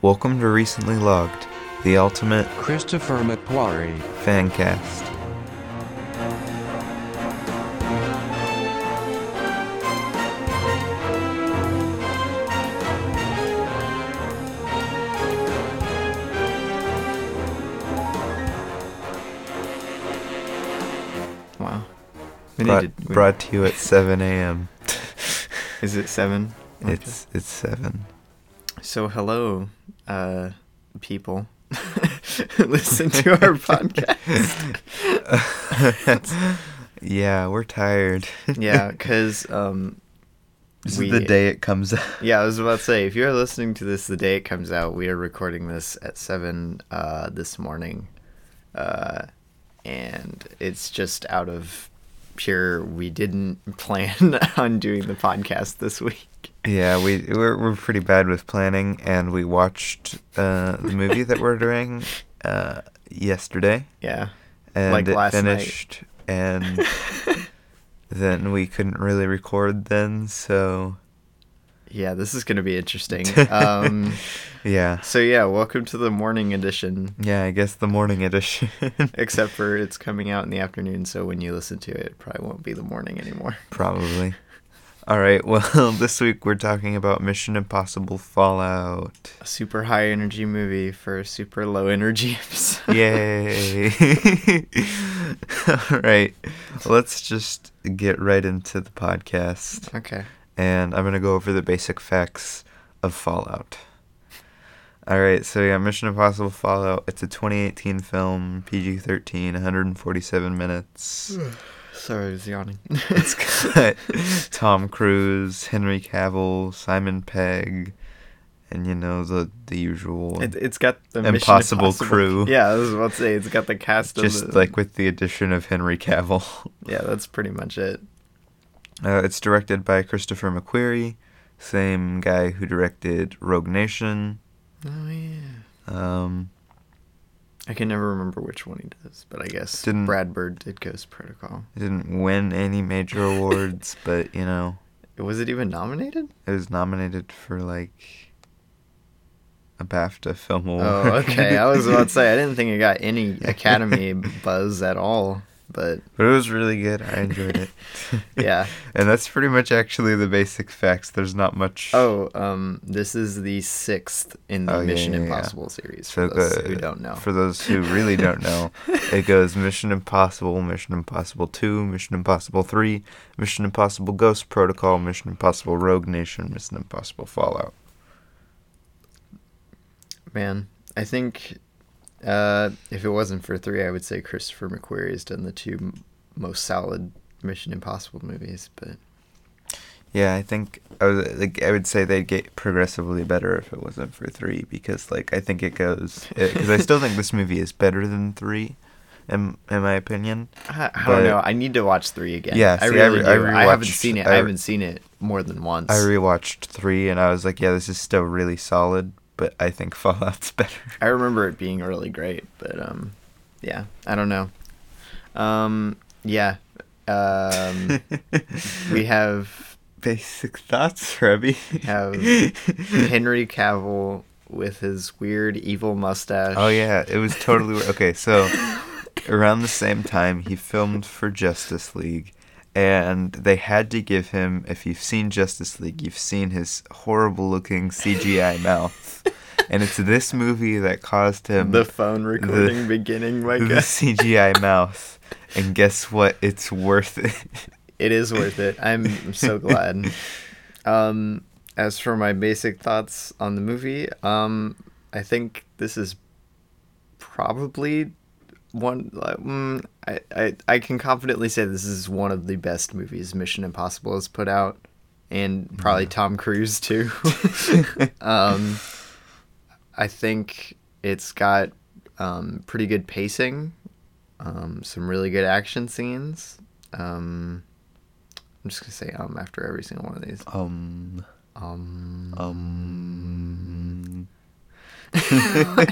Welcome to Recently Logged, the ultimate Christopher McQuarrie, fan cast. Wow. We Brought, need to, we- brought to you at 7 a.m. Is it seven? Okay. It's it's 7. so hello, uh, people. Listen to our podcast. yeah, we're tired. yeah, because um, this we- is the day it comes out. Yeah, I was about to say if you're listening to this the day it comes out, we are recording this at seven uh, this morning, uh, and it's just out of pure we didn't plan on doing the podcast this week. Yeah, we we're, we're pretty bad with planning, and we watched uh, the movie that we're doing uh, yesterday, Yeah. and Like it last night. finished, and then we couldn't really record then, so Yeah, this is going to be interesting. Um, yeah, so yeah, welcome to the morning edition. yeah. I guess the morning edition, Except for it's coming out in the afternoon, so when you listen to it, it probably won't be the morning anymore. probably. All right. Well, this week we're talking about Mission Impossible Fallout. A super high energy movie for a super low energy episode. Yay! All right, let's just get right into the podcast, Okay. and I'm gonna go over the basic facts of Fallout. All right, so yeah, Mission Impossible Fallout. It's a 2018 film, PG-13, 147 minutes. Sorry, I was yawning. It's got Tom Cruise, Henry Cavill, Simon Pegg, and you know the the usual. It, it's got the Mission Impossible crew. Yeah, I was about to say it's got the cast just of the, like with the addition of Henry Cavill. yeah, that's pretty much it. Uh, it's directed by Christopher McQuarrie, same guy who directed Rogue Nation. Oh yeah. Um, I can never remember which one he does, but I guess Didn't- Brad Bird did Ghost Protocol. it didn't win any major awards, but you know, Was it even nominated? it was nominated for like a BAFTA Film Award. Oh, okay. I was about to say I didn't think it got any Academy buzz at all, but but it was really good. I enjoyed it. yeah. and that's pretty much actually the basic facts. There's not much. Oh, um, this is the sixth in the Oh, yeah, Mission yeah, yeah. Impossible series. So For those who the- don't know, For those who really don't know, it goes Mission Impossible, Mission Impossible 2, Mission Impossible 3, Mission Impossible Ghost Protocol, Mission Impossible Rogue Nation, Mission Impossible Fallout. man, I think uh, if it wasn't for three, I would say Christopher McQuarrie has done the two m- most solid Mission Impossible movies. But Yeah, I think I was like I would say they'd get progressively better if it wasn't for 3 because like I think it goes cuz I still think this movie is better than 3 in in my opinion. I, I But- don't know. I need to watch three again. Yeah, I see, I really re- I do. I, haven't rewatched- seen it. I- I haven't seen it more than once. I rewatched 3 and I was like, yeah, this is still really solid, but I think Fallout's better. I remember it being really great, but um, yeah, I don't know. Um, yeah, um, we have basic thoughts, Rebby. Have- Henry Cavill with his weird evil mustache. oh yeah, it was totally wor- okay. So around the same time, he filmed for Justice League, and they had to give him. If you've seen Justice League, you've seen his horrible-looking CGI mouth, and it's this movie that caused him the phone recording beginning. My the God, CGI mouth. And guess what? It's worth it. it is worth it. I'm so glad. Um, as for my basic thoughts on the movie, um, I think this is probably one. like, mm, I, I I can confidently say this is one of the best movies Mission Impossible has put out, and probably Tom Cruise too. um, I think it's got um, pretty good pacing, um, some really good action scenes. Um, I'm just gonna say um after every single one of these. Um. Um, Um.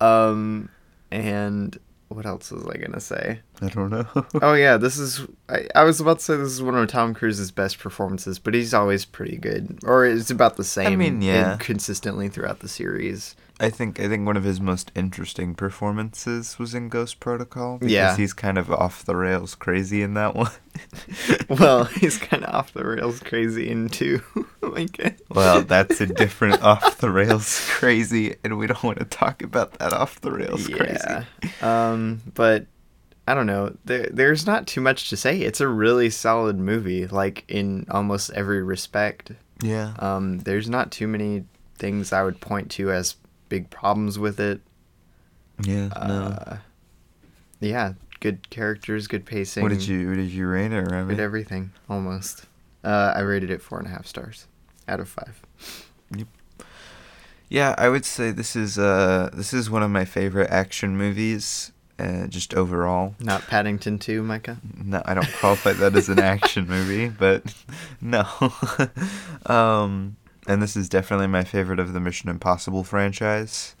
um, and what else was I gonna say? I don't know. Oh yeah, this is. I, I was about to say this is one of Tom Cruise's best performances, but he's always pretty good, or it's about the same. mean, in- yeah. consistently throughout the series. I think I think one of his most interesting performances was in Ghost Protocol because Yeah. he's kind of off the rails crazy in that one. Well, he's kind of off the rails crazy in two. like, well, that's a different off the rails crazy, and we don't want to talk about that off the rails yeah. crazy. Um, but I don't know. There, there's not too much to say. It's a really solid movie, like in almost every respect. Yeah. Um, there's not too many things I would point to as big problems with it. Yeah. No. Uh, yeah, good characters, good pacing. What did you What did you rate it, Remy? Good everything, almost. Uh, I rated it four and a half stars out of five. Yeah, I would say this is uh this is one of my favorite action movies, uh, just overall. Not Paddington 2, Micah. No, I don't qualify that as an action movie, but no. um, and this is definitely my favorite of the Mission Impossible franchise.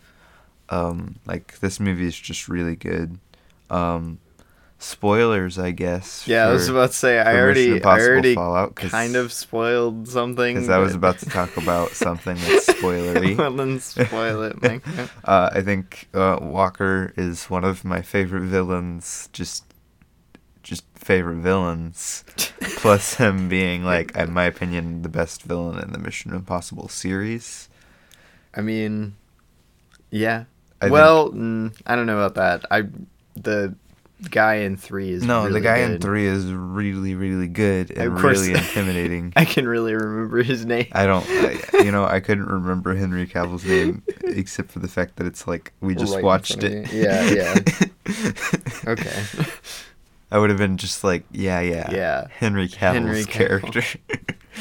Um, like this movie is just really good. Um, spoilers, I guess. Yeah, I was for- about to say I for Mission already, I Impossible already Fallout, 'cause- kind of spoiled something. because I was but- about to talk about something that's spoilery. well, then spoil it, Micah. Uh, I think uh, Walker is one of my favorite villains. Just, just favorite villains. Plus him being like, in my opinion, the best villain in the Mission Impossible series. I mean, yeah. I well, mm, I don't know about that. I the guy in three is No, really the guy in good. three is really, really good and Of course. really intimidating. I can really remember his name. I don't, I, you know, I couldn't remember Henry Cavill's name except for the fact that it's like we just Right in watched front it. of me. Yeah, yeah. Okay. I would have been just like, yeah, yeah, Yeah. Henry Cavill's Henry Cavill. character.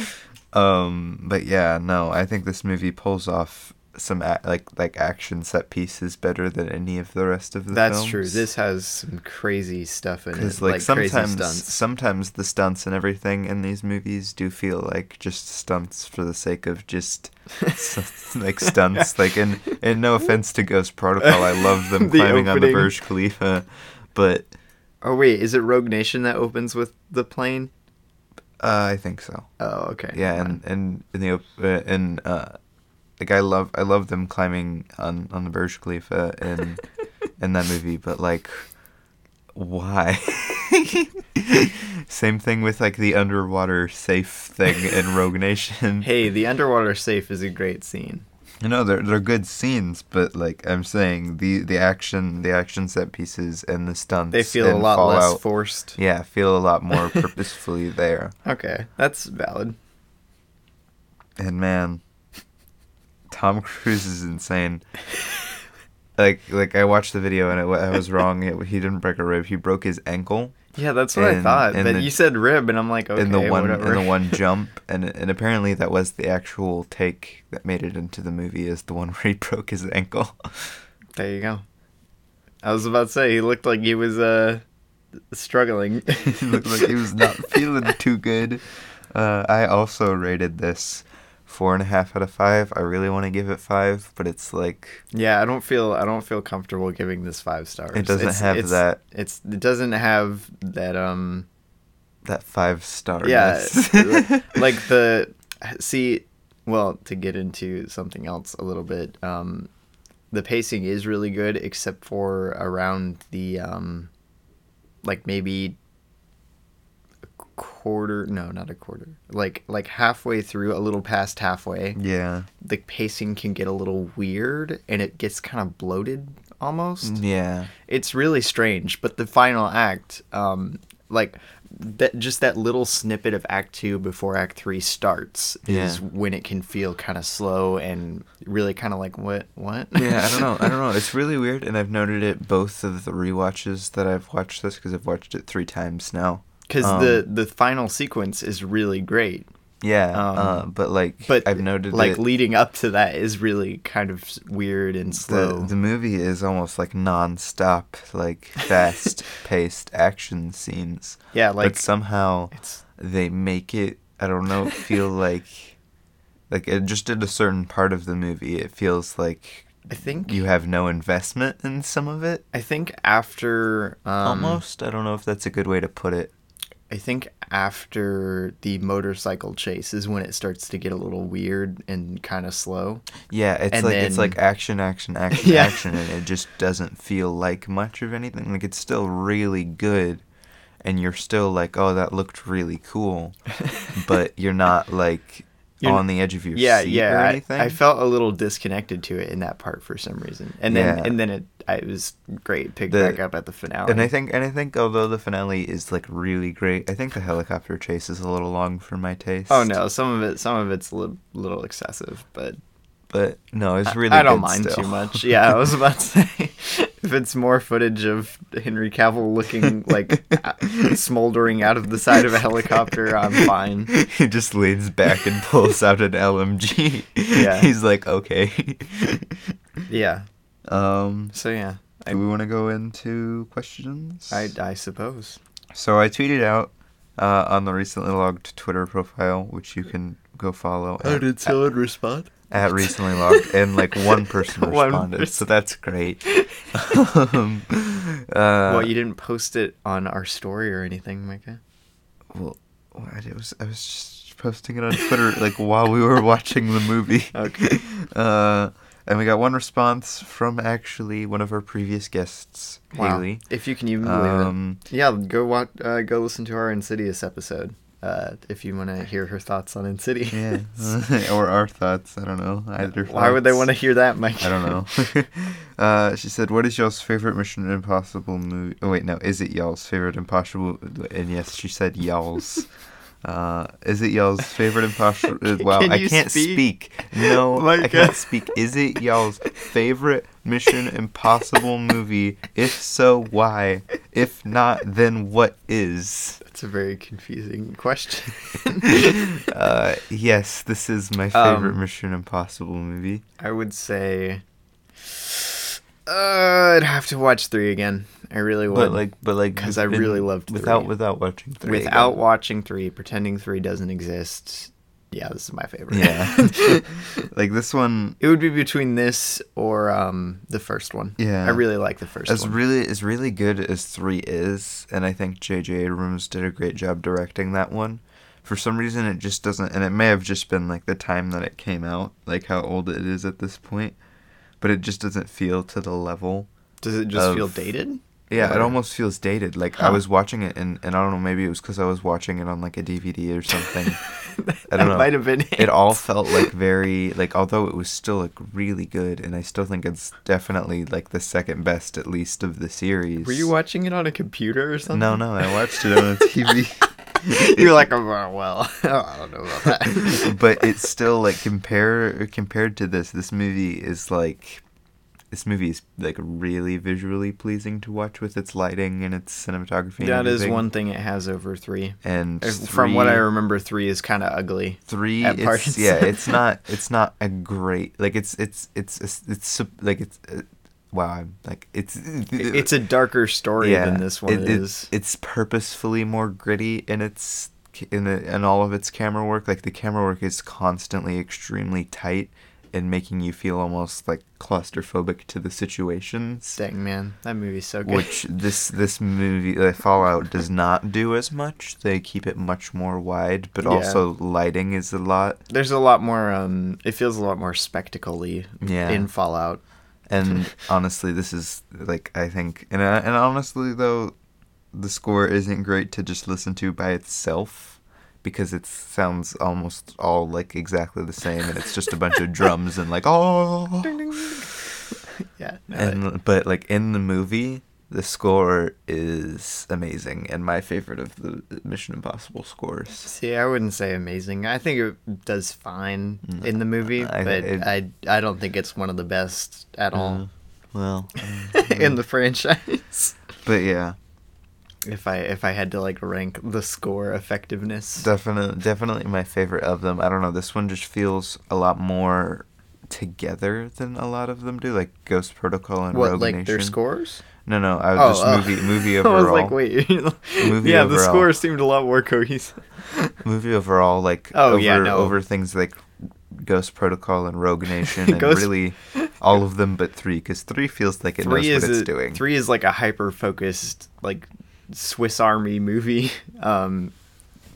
um, but yeah, no, I think this movie pulls off some ac like like action set pieces better than any of the rest of the. That's films. true. This has some crazy stuff in it, Because like, like, crazy sometimes stunts. sometimes the stunts and everything in these movies do feel like just stunts for the sake of just s- like stunts. Like and and no offense to Ghost Protocol, I love them The climbing on the opening. Burj Khalifa, but Oh wait, is it Rogue Nation that opens with the plane? uh, I think so. Oh okay. Yeah, and and in the op- uh, and uh, like I love I love them climbing on on the Burj Khalifa in in that movie, but like why? Same thing with like the underwater safe thing in Rogue Nation. Hey, the underwater safe is a great scene. You know they're they're good scenes, but like I'm saying, the the action the action set pieces and the stunts They feel a in lot less Fallout, forced. yeah, feel a lot more purposefully there. Okay, that's valid. And man, Tom Cruise is insane. Like, like I watched the video and it, wa- I was wrong. It, he didn't break a rib. He broke his ankle Yeah, that's what I And- thought. and But the- you said rib, and I'm like, okay, in the one whatever. in the one jump, and and apparently that was the actual take that made it into the movie is the one where he broke his ankle. There you go. I was about to say he looked like he was uh struggling. he looked like he was not feeling too good. Uh, I also rated this four and a half out of five. I really want to give it five, but it's like Yeah, I don't feel I don't feel comfortable giving this five stars. It doesn't It's- have it's- that- It's it doesn't have that um that five star. yeah li- like the see well to get into something else a little bit um the pacing is really good except for around the um like maybe a quarter no not a quarter like like halfway through a little past halfway yeah. the pacing can get a little weird and it gets kind of bloated almost Yeah. it's really strange but the final act um like that just that little snippet of act 2 before act 3 starts is Yeah. when it can feel kind of slow and really kind of like what what Yeah, I don't know. I don't know. It's really weird, and I've noted it both of the rewatches that I've watched this because I've watched it three times now. cuz Um, the the final sequence is really great yeah, um, uh, but like, but I've noted like it- leading up to that is really kind of s- weird and slow the the movie is almost like non-stop, like fast-paced action scenes. yeah like but somehow it's they make it. I don't know. Feel like like it just at a certain part of the movie, it feels like I think you have no investment in some of it. I think after um, Almost. I don't know if that's a good way to put it. I think after the motorcycle chase is when it starts to get a little weird and kind of slow. Yeah, it's And like it's then- like action, action, action, Yeah. action, and it just doesn't feel like much of anything. Like it's still really good, and you're still like, oh, that looked really cool, but you're not like You're- on the edge of your yeah, seat yeah. or I- anything. I, felt a little disconnected to it in that part for some reason, and then Yeah. and then it I, it was great picked The- back up at the finale. and I think and I think although the finale is like really great, I think the helicopter chase is a little long for my taste. oh no, some of it some of it's a li- little excessive, but But no, it's really I don't good mind still. too much. Yeah, I was about to say if it's more footage of Henry Cavill looking like a- smoldering out of the side of a helicopter, I'm fine. he just leans back and pulls out an LMG. Yeah. He's like, okay. Yeah. um, So yeah, do we want to go into questions? I I suppose. so I tweeted out uh, on the recently logged Twitter profile, which you can go follow at, someone respond? at recently logged, and like one person One responded, so that's great. um, uh, well, you didn't post it on our story or anything, Micah. well, what? It was I was just posting it on Twitter like while we were watching the movie. Okay. Uh, and we got one response from actually one of our previous guests, Haley. If you can even believe Um, it. Yeah, go watch, uh, go listen to our Insidious episode uh, if you want to hear her thoughts on Insidious. yeah, or our thoughts. I don't know. Either. Why would they want to hear that, Mike? I don't know. uh, she said, "What is y'all's favorite Mission Impossible movie?" Oh wait, no, is it y'all's favorite Impossible? And yes, she said y'all's. Uh, is it y'all's favorite impossible? Can- wow, can I you can't speak? speak. No, My I can't God. speak. Is it y'all's favorite Mission Impossible movie? If so, why? If not, then what is? That's a very confusing question. Uh, yes, this is my favorite Um, Mission Impossible movie. I would say uh, I'd have to watch three again. I really would. But like, but like, 'Cause I within- really loved without three. without watching three again. without watching three, pretending three doesn't exist. Yeah, this is my favorite. Yeah. like this one It would be between this or um, the first one. Yeah. I really like the first as one. really as really good as 3 is and I think JJ Abrams did a great job directing that one. For some reason it just doesn't and it may have just been like the time that it came out, like how old it is at this point, but it just doesn't feel to the level. Does it just of- feel dated? Yeah, it Or- almost feels dated. Like I Huh. was watching it and, and I don't know, maybe it was cuz I was watching it on like a DVD or something. I That don't know. might have been it. it all felt like very like although it was still like really good and i still think it's definitely like the second best at least of the series Were you watching it on a computer or something? no no i watched it on the tv You're like, oh, well, I don't know about that. but it's still like compare compared to this this movie is like this movie is like really visually pleasing to watch with its lighting and its cinematography and that is everything. one thing it has over three. and From what I three- remember, three is kind of ugly. three at it's, parts. yeah it's not it's not a great like it's it's it's it's, it's sup- like it's uh, wow i'm like it's It's a darker story than this one it- it- is. it's purposefully more gritty in its in the, in all of its camera work like the camera work is constantly extremely tight and making you feel almost like claustrophobic to the situations Dang man, that movie's so good. which this this movie uh, Fallout does not do as much. They keep it much more wide, but Yeah. also lighting is a lot. There's a lot more. Um, it feels a lot more spectacle-y Yeah. in Fallout. And honestly, this is like I think, and I, and honestly though, the score isn't great to just listen to by itself because it sounds almost all like exactly the same, and it's just a bunch of drums and like oh, Yeah. no, it- and but like in the movie. The score is amazing and my favorite of the Mission Impossible scores. see, I wouldn't say amazing. I think it does fine in the movie, Mm. I- but it- I I don't think it's one of the best at all Well, Mm. in the franchise. but yeah, If I if I had to like rank the score effectiveness, definitely, definitely my favorite of them. I don't know. This one just feels a lot more together than a lot of them do, like Ghost Protocol and what Rogue like Nation. their scores? No, no, I Oh, was oh. just movie, movie I overall. was like, wait, Movie yeah, the overall. score seemed a lot more cohesive. Movie overall, like Oh, over yeah, no. over things like Ghost Protocol and Rogue Nation, and Ghost- really all of them but three, because three feels like it three knows is what it's a, doing. three is like a hyper focused like Swiss Army movie, um,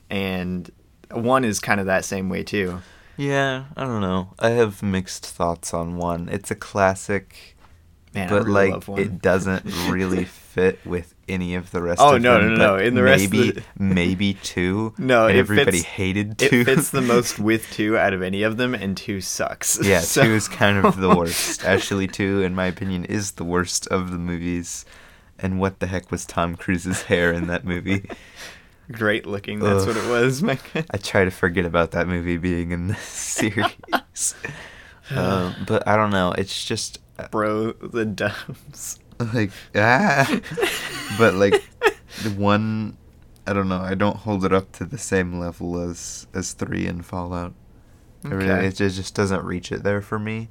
and one is kind of that same way too. Yeah, I don't know. I have mixed thoughts on one. It's a classic, Man, I but really like love one. it doesn't really fit with any of the rest. Oh, of no, them, no, no, but in the rest of maybe the- maybe two. No, and it everybody fits- hated two. It fits the most with two out of any of them, and two sucks. yeah, So- two is kind of the worst. Actually, two, in my opinion, is the worst of the movies. And what the heck was Tom Cruise's hair in that movie? Great looking. That's Ugh. what it was. My God. I try to forget about that movie being in this series. Uh, but I don't know. It's just uh, Bro, the dubs. like ah, but like the one. I don't know. I don't hold it up to the same level as as three in Fallout. I really, Okay. it ju- just doesn't reach it there for me.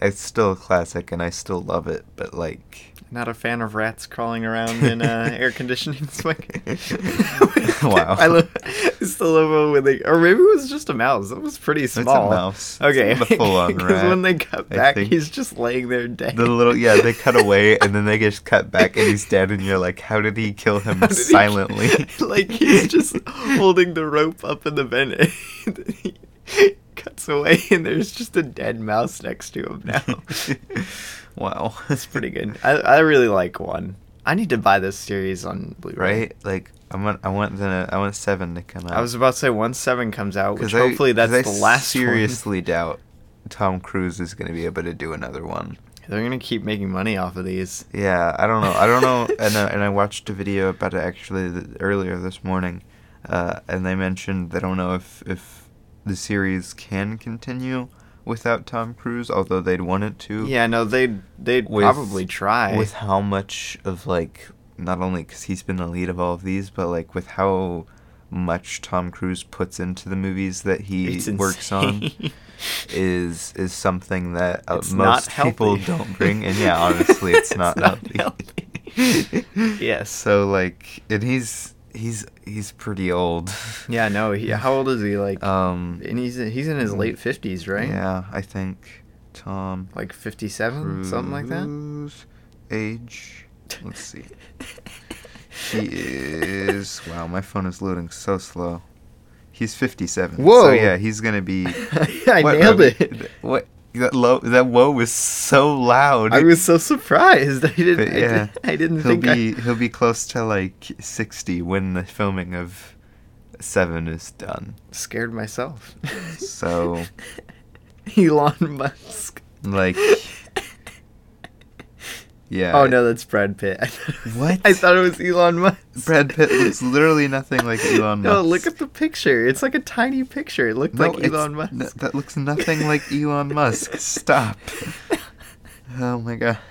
It's still a classic, and I still love it. But like, Not a fan of rats crawling around in uh, air conditioning. It's like- Wow. I, love, I still love it when they, or maybe it was just a mouse. That was pretty a small. mouse. It's Okay. not a full-on rat, when they cut I back, think. he's just laying there dead. the little yeah, they cut away, and then they just cut back, and he's dead, and you're like, how did he kill him How did he- silently? like he's just holding the rope up in the vent. And he cuts away, and there's just a dead mouse next to him now. wow, That's pretty good. I, I really like one. I need to buy this series on Blu-ray. right? Like I want, I want the, I want seven to come out. I was about to say once seven comes out, which 'Cause I- hopefully that's 'cause I the last one. Seriously, doubt Tom Cruise is going to be able to do another one. They're gonna keep making money off of these. Yeah, I don't know. I don't know. and uh, and I watched a video about it actually th- earlier this morning, uh, and they mentioned they don't know if if the series can continue without Tom Cruise, although they'd want it to. Yeah, no, they they'd With- probably try. With how much of like not only because he's been the lead of all of these, but like with how much Tom Cruise puts into the movies that he It's works on insane. is is something that uh, It's not most people healthy. don't bring and yeah honestly it's, It's not, not healthy, Yes. so like and he's he's he's pretty old yeah, no. He, how old is he? Like, um and he's he's in his late fifties, right? yeah i think tom like fifty-seven, something like that. Cruise age let's see he is wow my phone is loading so slow he's 57 Whoa. so yeah he's gonna be I What, nailed Robbie? it. What that low that whoa was so loud. I was so surprised. I But didn't. I, yeah, did, I didn't he'll think. I- be he'll be close to like sixty when the filming of Seven is done. scared myself. So- Elon Musk. Like, yeah. Oh no, that's Brad Pitt. I thought it was- What? I thought it was Elon Musk. Brad Pitt looks literally nothing like Elon No, Musk. Oh, look at the picture. It's like a tiny picture. It looked No, like it's- Elon Musk. no, that looks nothing like Elon Musk. Stop. Oh my gosh.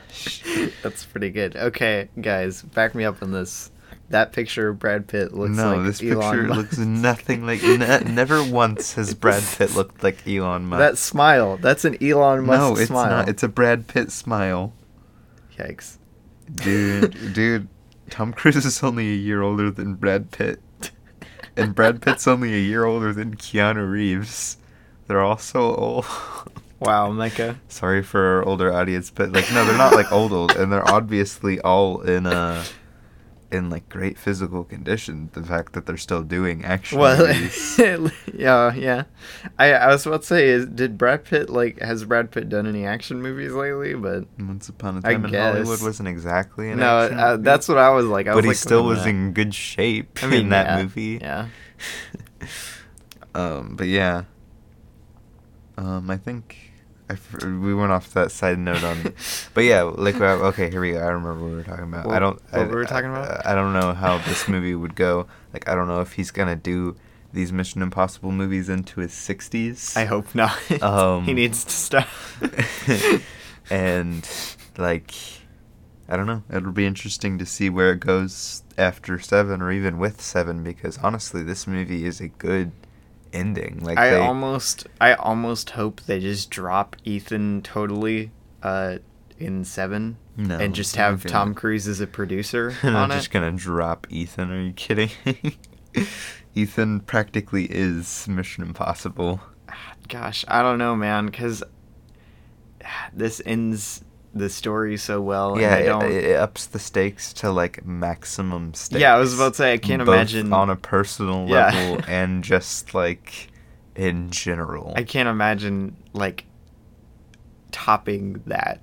That's pretty good. Okay, guys, back me up on this. That picture of Brad Pitt looks no, like this Elon picture Musk. looks nothing like. Ne- never once has Brad Pitt looked like Elon Musk. That smile. That's an Elon Musk no, it's smile. not. It's a Brad Pitt smile. Yikes. Dude, dude, Tom Cruise is only a year older than Brad Pitt. And Brad Pitt's only a year older than Keanu Reeves. They're all so old. Wow, Micah. Sorry for our older audience, but like no, they're not like old old and they're obviously all in uh in like great physical condition. The fact that they're still doing action Well, movies. yeah, yeah. I I was about to say, is, did Brad Pitt like has Brad Pitt done any action movies lately? But Once upon a I time in guess. Hollywood wasn't exactly an no, action uh, movie, that's what I was like. I but was he like, still wait a was minute. in good shape I mean, in that yeah, movie. Yeah. um, but yeah. Um, I think I f- we went off that side note on, but yeah, like uh, okay, here we go. I remember what we were talking about. I What- don't. what I, we were talking about? I, I don't know how this movie would go. Like, I don't know if he's gonna do these Mission Impossible movies into his sixties. I hope not. Um, he needs to stop. and like, I don't know. It'll be interesting to see where it goes after seven, or even with seven, because honestly, this movie is a good ending. Like, I they, almost I almost hope they just drop Ethan totally uh in 7 No, and just I'm have okay Tom with- Cruise as a producer And I'm on just it. gonna drop Ethan. Are you kidding? Ethan practically is Mission Impossible. Gosh, I don't know, man, cuz this ends the story so well. yeah, and I it, don't. it ups the stakes to like maximum stakes. yeah, I was about to say I can't both imagine. on a personal Yeah. level and just like in general. I can't imagine like topping that.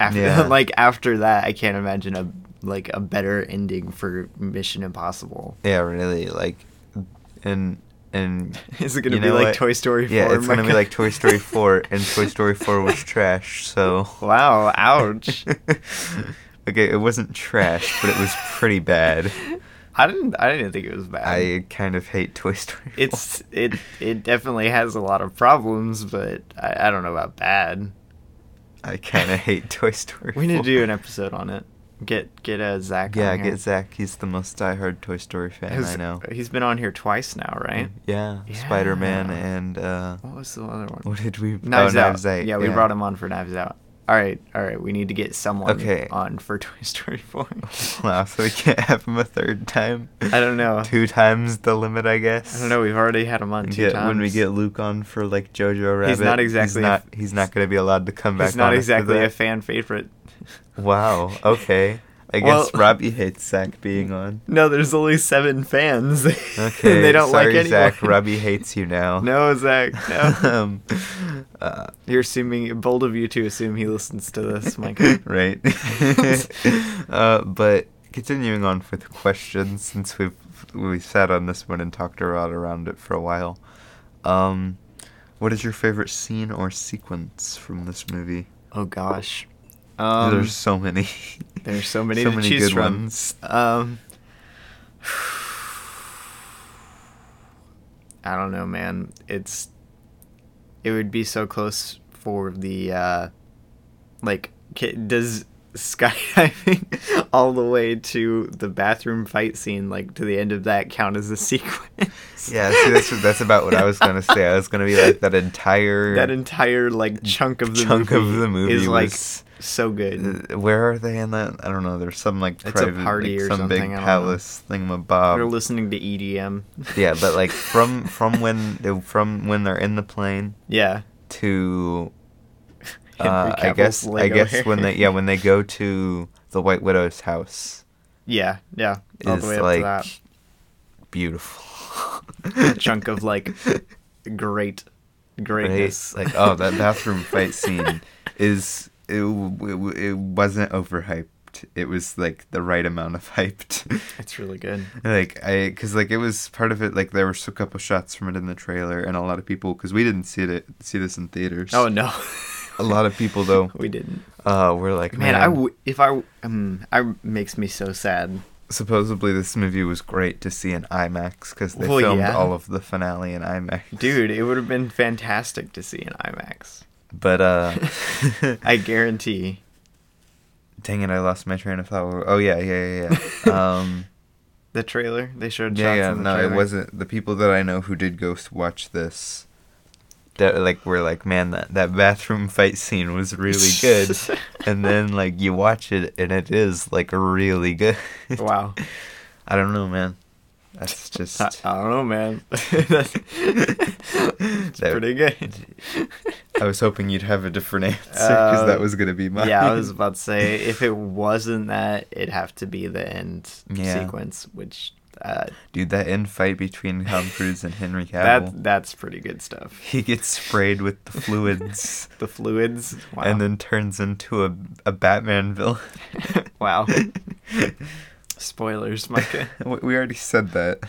After Yeah. like after that, I can't imagine a like a better ending for Mission Impossible. yeah, really, like, and and Is it gonna you be know like what? Toy Story 4? Yeah, it's gonna be Micah? like Toy Story 4, and Toy Story 4 was trash. So Wow, ouch. okay, it wasn't trash, but it was pretty bad. I didn't I didn't think it was bad. I kind of hate Toy Story. 4. Um, it's it it definitely has a lot of problems, but I, I don't know about bad. I kind of hate Toy Story. We need to 4. do an episode on it. Get get uh, Zach. Yeah, on here. get Zach. He's the most diehard Toy Story fan I Has- know. He's been on here twice now, right? Yeah, Spider Man Yeah. and uh, What was the other one? what did we? Knives, oh, out. Knives Out. Yeah, we brought him on for Knives Out. All right, all right. We need to get someone Okay. on for Toy Story 4. Wow, so we can't have him a third time. I don't know. Two times the limit, I guess. I don't know. We've already had him on two get, times. When we get Luke on for like Jojo Rabbit, He's not exactly a- He's not, he's not going to be allowed to come back. he's not on after exactly that. a fan favorite. Wow. Okay. I Well- guess Robbie hates Zach being on. No, there's only seven fans. Okay. and they don't sorry, like anyone. Zach. Robbie hates you now. No, Zach. No. um, uh, You're assuming bold of you to assume he listens to this, Michael. right. uh, but continuing on with the questions, since we've we sat on this one and talked around around it for a while. Um, what is your favorite scene or sequence from this movie? Oh gosh. Um, There's so many. There's so many to choose from. Um, I don't know, man. It's it would be so close for the uh, like ca- does skydiving all the way to the bathroom fight scene, like to the end of that, count as a sequence? Yeah, see, that's that's about what I was gonna say. I was gonna be like that entire that entire like chunk of the chunk movie of the movie is like was- so good. Uh, Where are they in that? I don't know. There's some like a private, party like, or some big something, I don't know. palace They're thingamabob. listening to E EDM. Um, Yeah, but like from from when they- from when they're in the plane yeah. to Henry uh, I Cavill's guess I Lego guess hair. when they yeah when they go to the White Widow's house Yeah, yeah. All is the way up like to that. beautiful. A chunk of like great greatness. Like oh that bathroom fight scene is it, w- it, w- it wasn't overhyped. It was like the right amount of hyped. it's really good. like I because like it was part of it like there were a couple shots from it in the trailer and a lot of people because we didn't see it see this in theaters. Oh no. a lot of people though we didn't. uh were like Man, man, I w- if I um I makes me so sad. supposedly this movie was great to see in IMAX because they Well, filmed yeah. all of the finale in IMAX. Dude, it would have been fantastic to see in IMAX. but uh, I guarantee. dang it, I lost my train of thought. Oh yeah, yeah, yeah. yeah. Um. The trailer they showed Yeah, shots yeah, in the no, trailer. it wasn't. The people that I know who did go s- watch this, that like were like, man, that that bathroom fight scene was really good, and then like you watch it and it is like really good. Wow. I don't know, man. That's just I, I don't know, man. That's it's That- pretty good. I was hoping you'd have a different answer because Uh, that was gonna be mine. Yeah, I was about to say if it wasn't that, it'd have to be the end Yeah. sequence, which uh, dude, that end fight between Tom Cruise and Henry Cavill. that that's pretty good stuff. He gets sprayed with the fluids. The fluids, wow. And then turns into a, a Batman villain. wow, Oh. spoilers, Micah. We we already said that.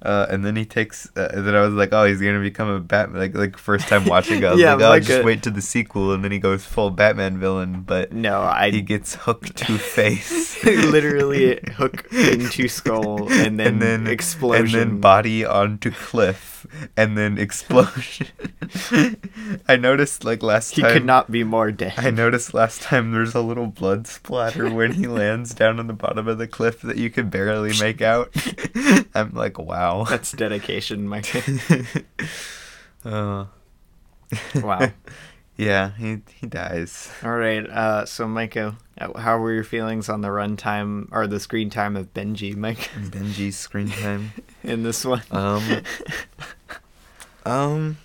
Uh, and then he takes. Uh, and then I was like, "Oh, he's gonna become a Batman!" Like, like first time watching, I was Yeah, like, "Oh, like just a- wait to the sequel." And then he goes full Batman villain, but No, I he gets hooked to face, Literally hook into skull and then and then explosion. body onto cliff, and then explosion. I noticed like last he time could not be more dead. I noticed last time there's a little blood splatter when he lands down on the bottom of the cliff that you could barely make out. I'm like, wow. That's dedication, Micah. uh, Wow. yeah, he he dies. All right. Uh, so, Micah, uh, how were your feelings on the runtime or the screen time of Benji, Mike, Benji's screen time. Uh, in this one? Um, um,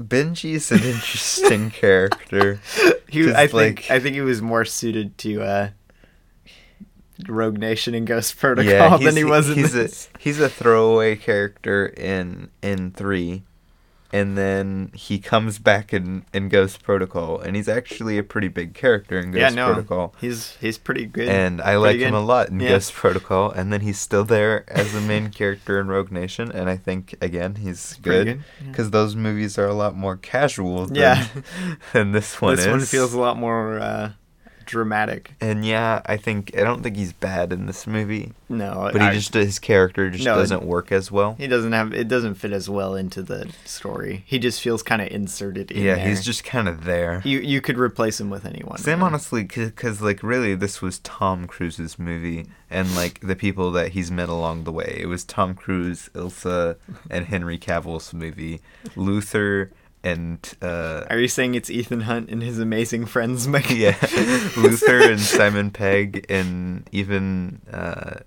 Benji's an interesting character. He, was- 'Cause, I think, like- I think he was more suited to uh, Rogue Nation and Ghost Protocol Yeah, than he's, he was in he's this. a he's a throwaway character in in three, and then he comes back in in Ghost Protocol, and he's actually a pretty big character in Ghost yeah, no, Protocol. he's he's pretty good. And I pretty like him good. a lot in Yeah. Ghost Protocol, and then he's still there as a main character in Rogue Nation, and I think again he's good pretty good, yeah. because those movies are a lot more casual than, Yeah. than this one this is. one feels a lot more uh, dramatic. and yeah, I think I don't think he's bad in this movie, No, but he I- just his character just No, it- doesn't work as well. he doesn't have it doesn't fit as well into the story. He just feels kind of inserted. In Yeah, there. he's just kind of there. you you could replace him with anyone. Same really. honestly, because like really, this was Tom Cruise's movie, and like the people that he's met along the way. It was Tom Cruise, Ilsa, and Henry Cavill's movie, Luther and uh, Are you saying it's Ethan Hunt and his amazing friends? Mike? yeah, Luther and Simon Pegg, and even uh,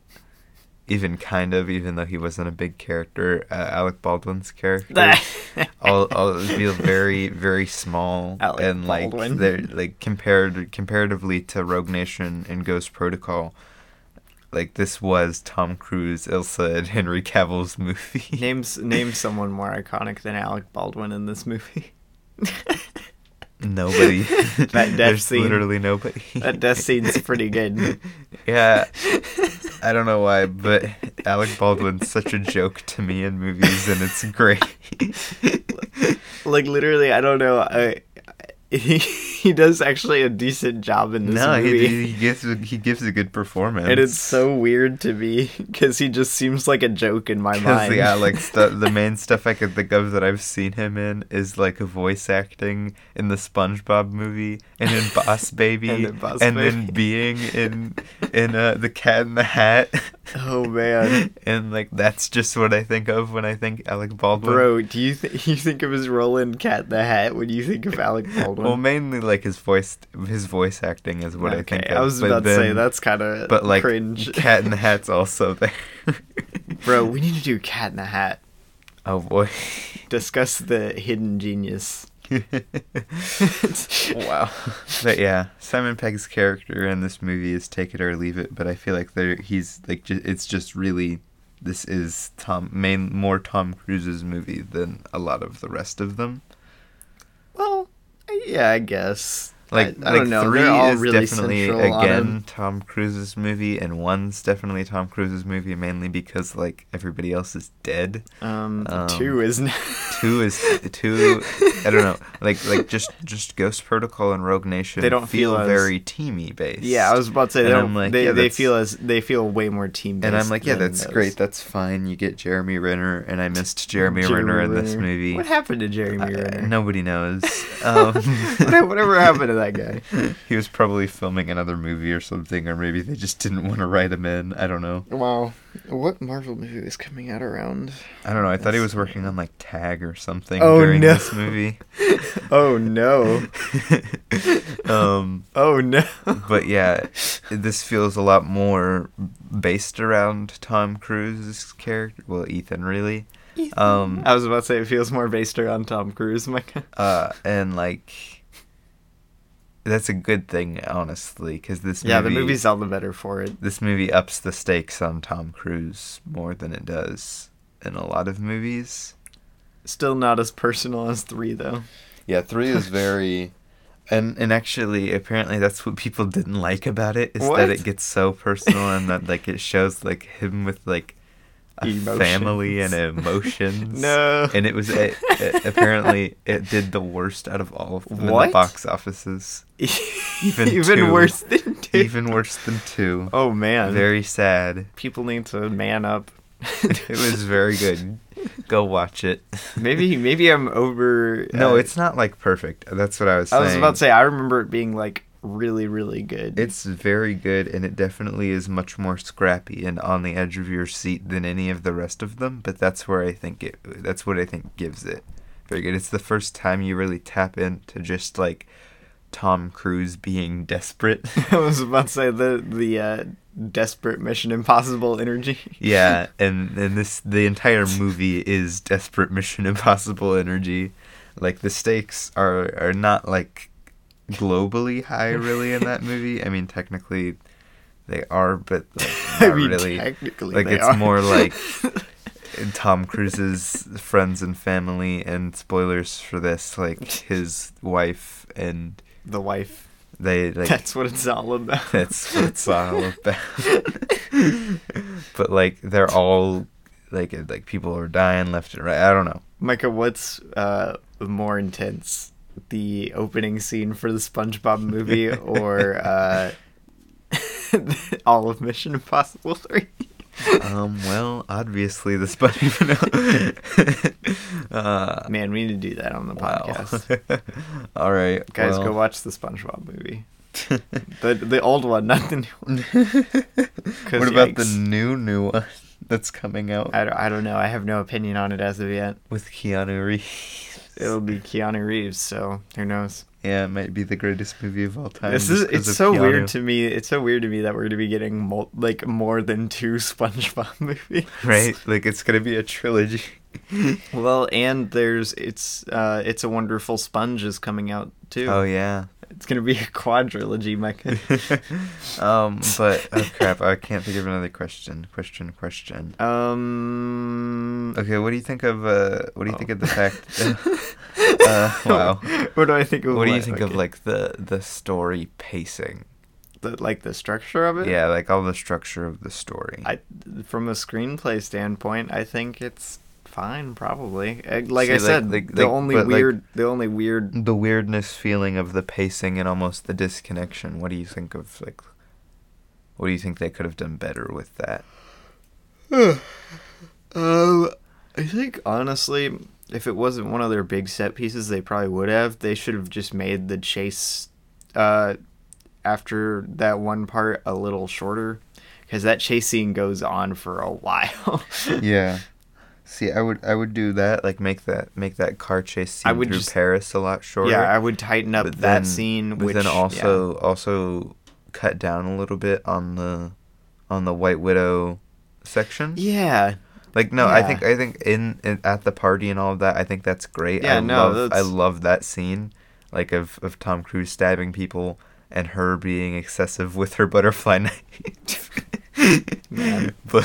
even kind of, even though he wasn't a big character, uh, Alec Baldwin's character. all, all feel very very small Alec and like Baldwin. they're like compared comparatively to Rogue Nation and Ghost Protocol. Like this was Tom Cruise, Ilsa, and Henry Cavill's movie. Names name someone more iconic than Alec Baldwin in this movie. nobody. That death There's scene- Literally nobody. That death scene's pretty good. yeah, I don't know why, but Alec Baldwin's such a joke to me in movies, and it's great. Like literally, I don't know. I, he he does actually a decent job in this no, movie. he, he gives a- he gives a good performance. and it's so weird to me because he just seems like a joke in my mind. yeah, like stu- the main stuff I could think of that I've seen him in is like voice acting in the SpongeBob movie and in Boss Baby And in Boss and Baby. then being in in uh, the Cat in the Hat. Oh, man. and like that's just what I think of when I think Alec Baldwin. bro, do you th- you think of his role in Cat in the Hat when you think of Alec Baldwin? Well, mainly like his voice, his voice acting is what I think. I of, was but about to say then- that's kind of But like cringe, Cat in the Hat's also there. bro. We need to do Cat in the Hat. oh boy. Discuss the hidden genius. wow. But yeah, Simon Pegg's character in this movie is take it or leave it, but I feel like there he's like ju- it's just really this is Tom main more Tom Cruise's movie than a lot of the rest of them. Well, I- yeah, I guess. Like, I, I like don't know. three They're all is really definitely central on again him. Tom Cruise's movie, and one's definitely Tom Cruise's movie mainly because like everybody else is dead. Um, Um, two is n- Two is two. I don't know. Like like just just Ghost Protocol and Rogue Nation. They don't feel as- very teamy based. Yeah, I was about to say they And I'm don't. like, they yeah, they that's- feel as they feel way more team. And I'm like, yeah, that's great. That's fine. You get Jeremy Renner, and I missed Jeremy, Renner in this movie. What happened to Jeremy Uh, Renner? nobody knows. Um, What- whatever happened to that guy? He was probably filming another movie or something, or maybe they just didn't want to write him in. I don't know. Wow, what Marvel movie is coming out around? I don't know. I thought he was working on like Tag or something Oh, during no. this movie. Oh no! um, Oh no! but yeah, this feels a lot more based around Tom Cruise's character. Well, Ethan, really. Um, I was about to say it feels more based around Tom Cruise. My God. uh, and like that's a good thing, honestly, because this yeah, the movie, movie's all the better for it. this movie ups the stakes on Tom Cruise more than it does in a lot of movies. Still not as personal as three though. Yeah, three is very, and and actually, apparently, that's what people didn't like about it is What? that it gets so personal and that like it shows like him with like a family and emotions. No. and it was it, it- apparently it did the worst out of all of them in What? the box offices. even Even two. worse than two. Even worse than two. oh man, Very sad. people need to man up. It was very good. Go watch it. maybe maybe I'm over. No, uh, it's not like perfect. That's what I was I saying. was about to say I remember it being like really really good. It's very good, and it definitely is much more scrappy and on the edge of your seat than any of the rest of them. But that's where I think it. That's what I think gives it very good. It's the first time you really tap into just like Tom Cruise being desperate. I was about to say the the uh, desperate Mission Impossible energy. yeah, and and this the entire movie is desperate Mission Impossible energy. Like the stakes are are not like globally high really in that movie. I mean, technically they are, but like, I not mean, really. technically like they it's are. more like Tom Cruise's friends and family, and spoilers for this, like his wife, and the wife. they like that's what it's all about. that's what it's all about. but like they're all like uh, like people are dying left and right. I don't know. Micah, what's uh, more intense, the opening scene for the SpongeBob movie or uh, all of Mission Impossible Three? Um, well, obviously the SpongeBob. uh, Man, we need to do that on the wow. podcast. all right, Guys, go well. watch the SpongeBob movie. The the old one, not the new one. what about the yikes. new new one that's coming out I don't, I don't know. I have no opinion on it as of yet. with Keanu Reeves? It'll be Keanu Reeves, so who knows? Um, Yeah, it might be the greatest movie of all time. This is it's so weird to me. It's so weird to me that we're gonna be getting mul- like more than two SpongeBob movies, right? Like it's gonna be a trilogy. Well, and there's it's uh it's a wonderful sponge is coming out too. Oh yeah. It's gonna be a quadrilogy, Micah. um, but oh crap, I can't think of another question. Question, question. um. Okay, what do you think of uh, what do you think Oh. of the fact? uh, wow. What do I think of? What do you what? think of Okay. like the the story pacing? the, like the structure of it? Yeah, like all the structure of the story. I from a screenplay standpoint, I think it's fine. Probably, Uh, like See, I like- said, like- the like- only but, like- weird, the only weird. the weirdness feeling of the pacing and almost the disconnection. What do you think of like? What do you think they could have done better with that? Um, I think honestly, if it wasn't one of their big set pieces, they probably would have. They should have just made the chase, uh, after that one part a little shorter, because that chase scene goes on for a while. yeah. See, I would I would do that, like make that make that car chase scene I would through just- Paris a lot shorter. yeah, I would tighten up but that then- scene. But Which then yeah. also also cut down a little bit on the on the White Widow section. yeah, Like no, I Yeah. think I think in, in at the party and all of that, I think that's great. Yeah, I no, love I that's- love that scene, like of of Tom Cruise stabbing people and her being excessive with her butterfly knife. Man. But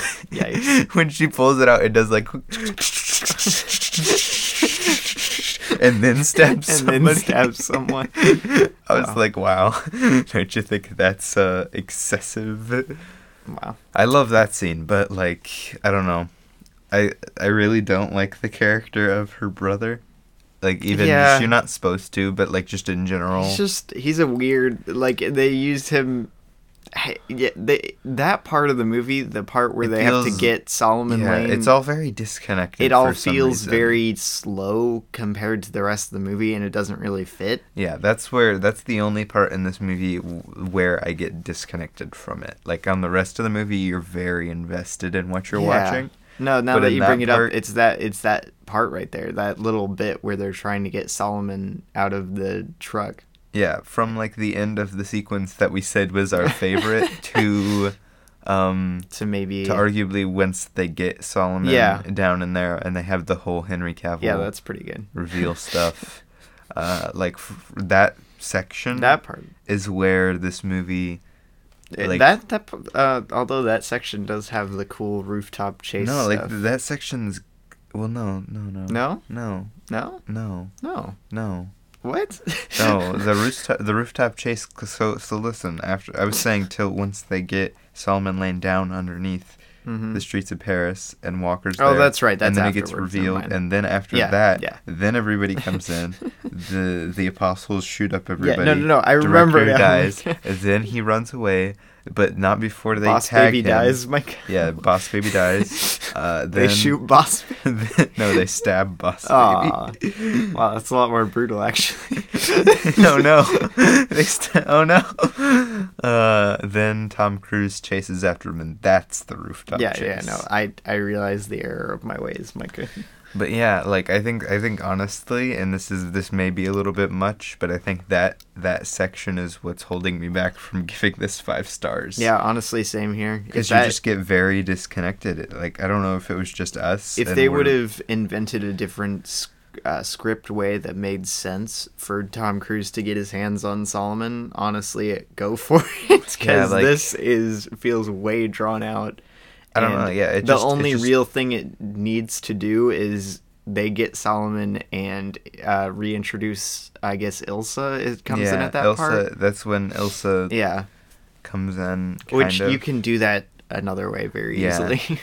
Yikes. when she pulls it out, it does like and then stabs And somebody. then stabs someone. I was Wow. like, wow, don't you think that's uh, excessive? wow. I love that scene, but like I don't know. I I really don't like the character of her brother. Like even Yeah. you're not supposed to, but like just in general. He's just he's a weird like they used him yeah, they, that part of the movie, the part where It they have feels- to get Solomon yeah, Lane, it's all very disconnected. it all for some feels reason. very slow compared to the rest of the movie, and it doesn't really fit. Yeah, that's where that's the only part in this movie w- where I get disconnected from it. Like on the rest of the movie, you're very invested in what you're Yeah. watching. No, now But that in you that bring it part- up, it's that it's that part right there, that little bit where they're trying to get Solomon out of the truck. Yeah, from like the end of the sequence that we said was our favorite to um to maybe to arguably once they get Solomon Yeah. down in there and they have the whole Henry Cavill yeah, that's pretty good. reveal stuff. Uh, like f- that section That part, is where this movie. It- Like- that that uh, although that section does have the cool rooftop chase. no, like stuff. that section's. Well, no, no, no, No? no, no, no, no. no, What? no. the rooftop, the rooftop chase. So, so listen. After I was saying, till once they get Solomon Lane down underneath Mhm. the streets of Paris and Walker's. Oh, there, that's right, and that's then it gets afterwards, never revealed, mind. and then after Yeah, that, yeah. then everybody comes in. the The apostles shoot up Yeah, everybody. no, no, no. I remember Director now. dies. then he runs away, but not before they Boss tag Baby him. dies. My God. Yeah, boss baby dies. Uh, then, they shoot Boss. Baby. no, they stab boss Aw. baby. wow, that's a lot more brutal, actually. no, Oh, no. They st- oh no. Uh, then Tom Cruise chases after him, and that's the rooftop. yeah, yeah. chase. No, I I realized the error of my ways, Micah. But yeah, like I think I think honestly, and this is this may be a little bit much, but I think that that section is what's holding me back from giving this five stars. Yeah, honestly, same here. because If, you that, just get very disconnected. Like I don't know if it was just us. if and they we're- would have invented a different s- uh, script way that made sense for Tom Cruise to get his hands on Solomon, honestly, go for it because Yeah, like- this is feels way drawn out. I don't And know, yeah, it the just- it only just- real thing it needs to do is they get Solomon and uh, reintroduce, I guess, Ilsa. It comes in at that Elsa. part. That's when Elsa Yeah, comes in. Kind which of. you can do that another way very Yeah. easily.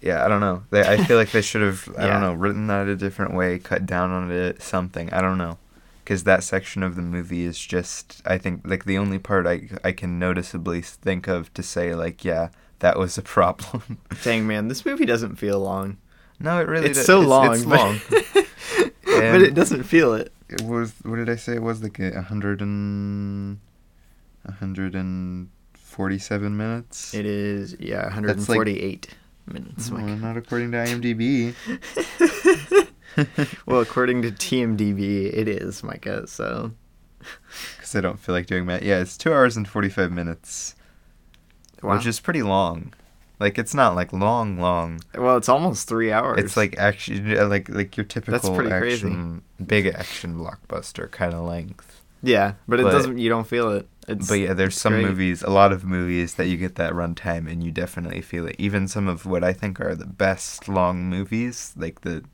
Yeah, I don't know. They, I feel like they should have. I Yeah. don't know, written that a different way, cut down on it, something. I don't know, because that section of the movie is just. I think like the only part I I can noticeably think of to say like, yeah, that was a problem. Dang man, this movie doesn't feel long. no, it really. It's did- so long, It's but- long. but And- it doesn't feel it. it was. What did I say? It was like a hundred and. a hundred and forty-seven minutes. It Oh is yeah, That's like- 148 minutes. Well, Mike. not according to IMDb. Well, according to TMDB, it is Micah. So because I don't feel like doing that. Yeah, it's two hours and forty five minutes, wow. which is pretty long. Like it's not like long, long. well, it's almost three hours. It's like action, like like your typical pretty crazy. action, big action blockbuster kind of length. yeah, but it but- doesn't. You don't feel it. It's, But yeah, there's it's some great. movies, a lot of movies that you get that runtime and you definitely feel it. Even some of what I think are the best long movies, like the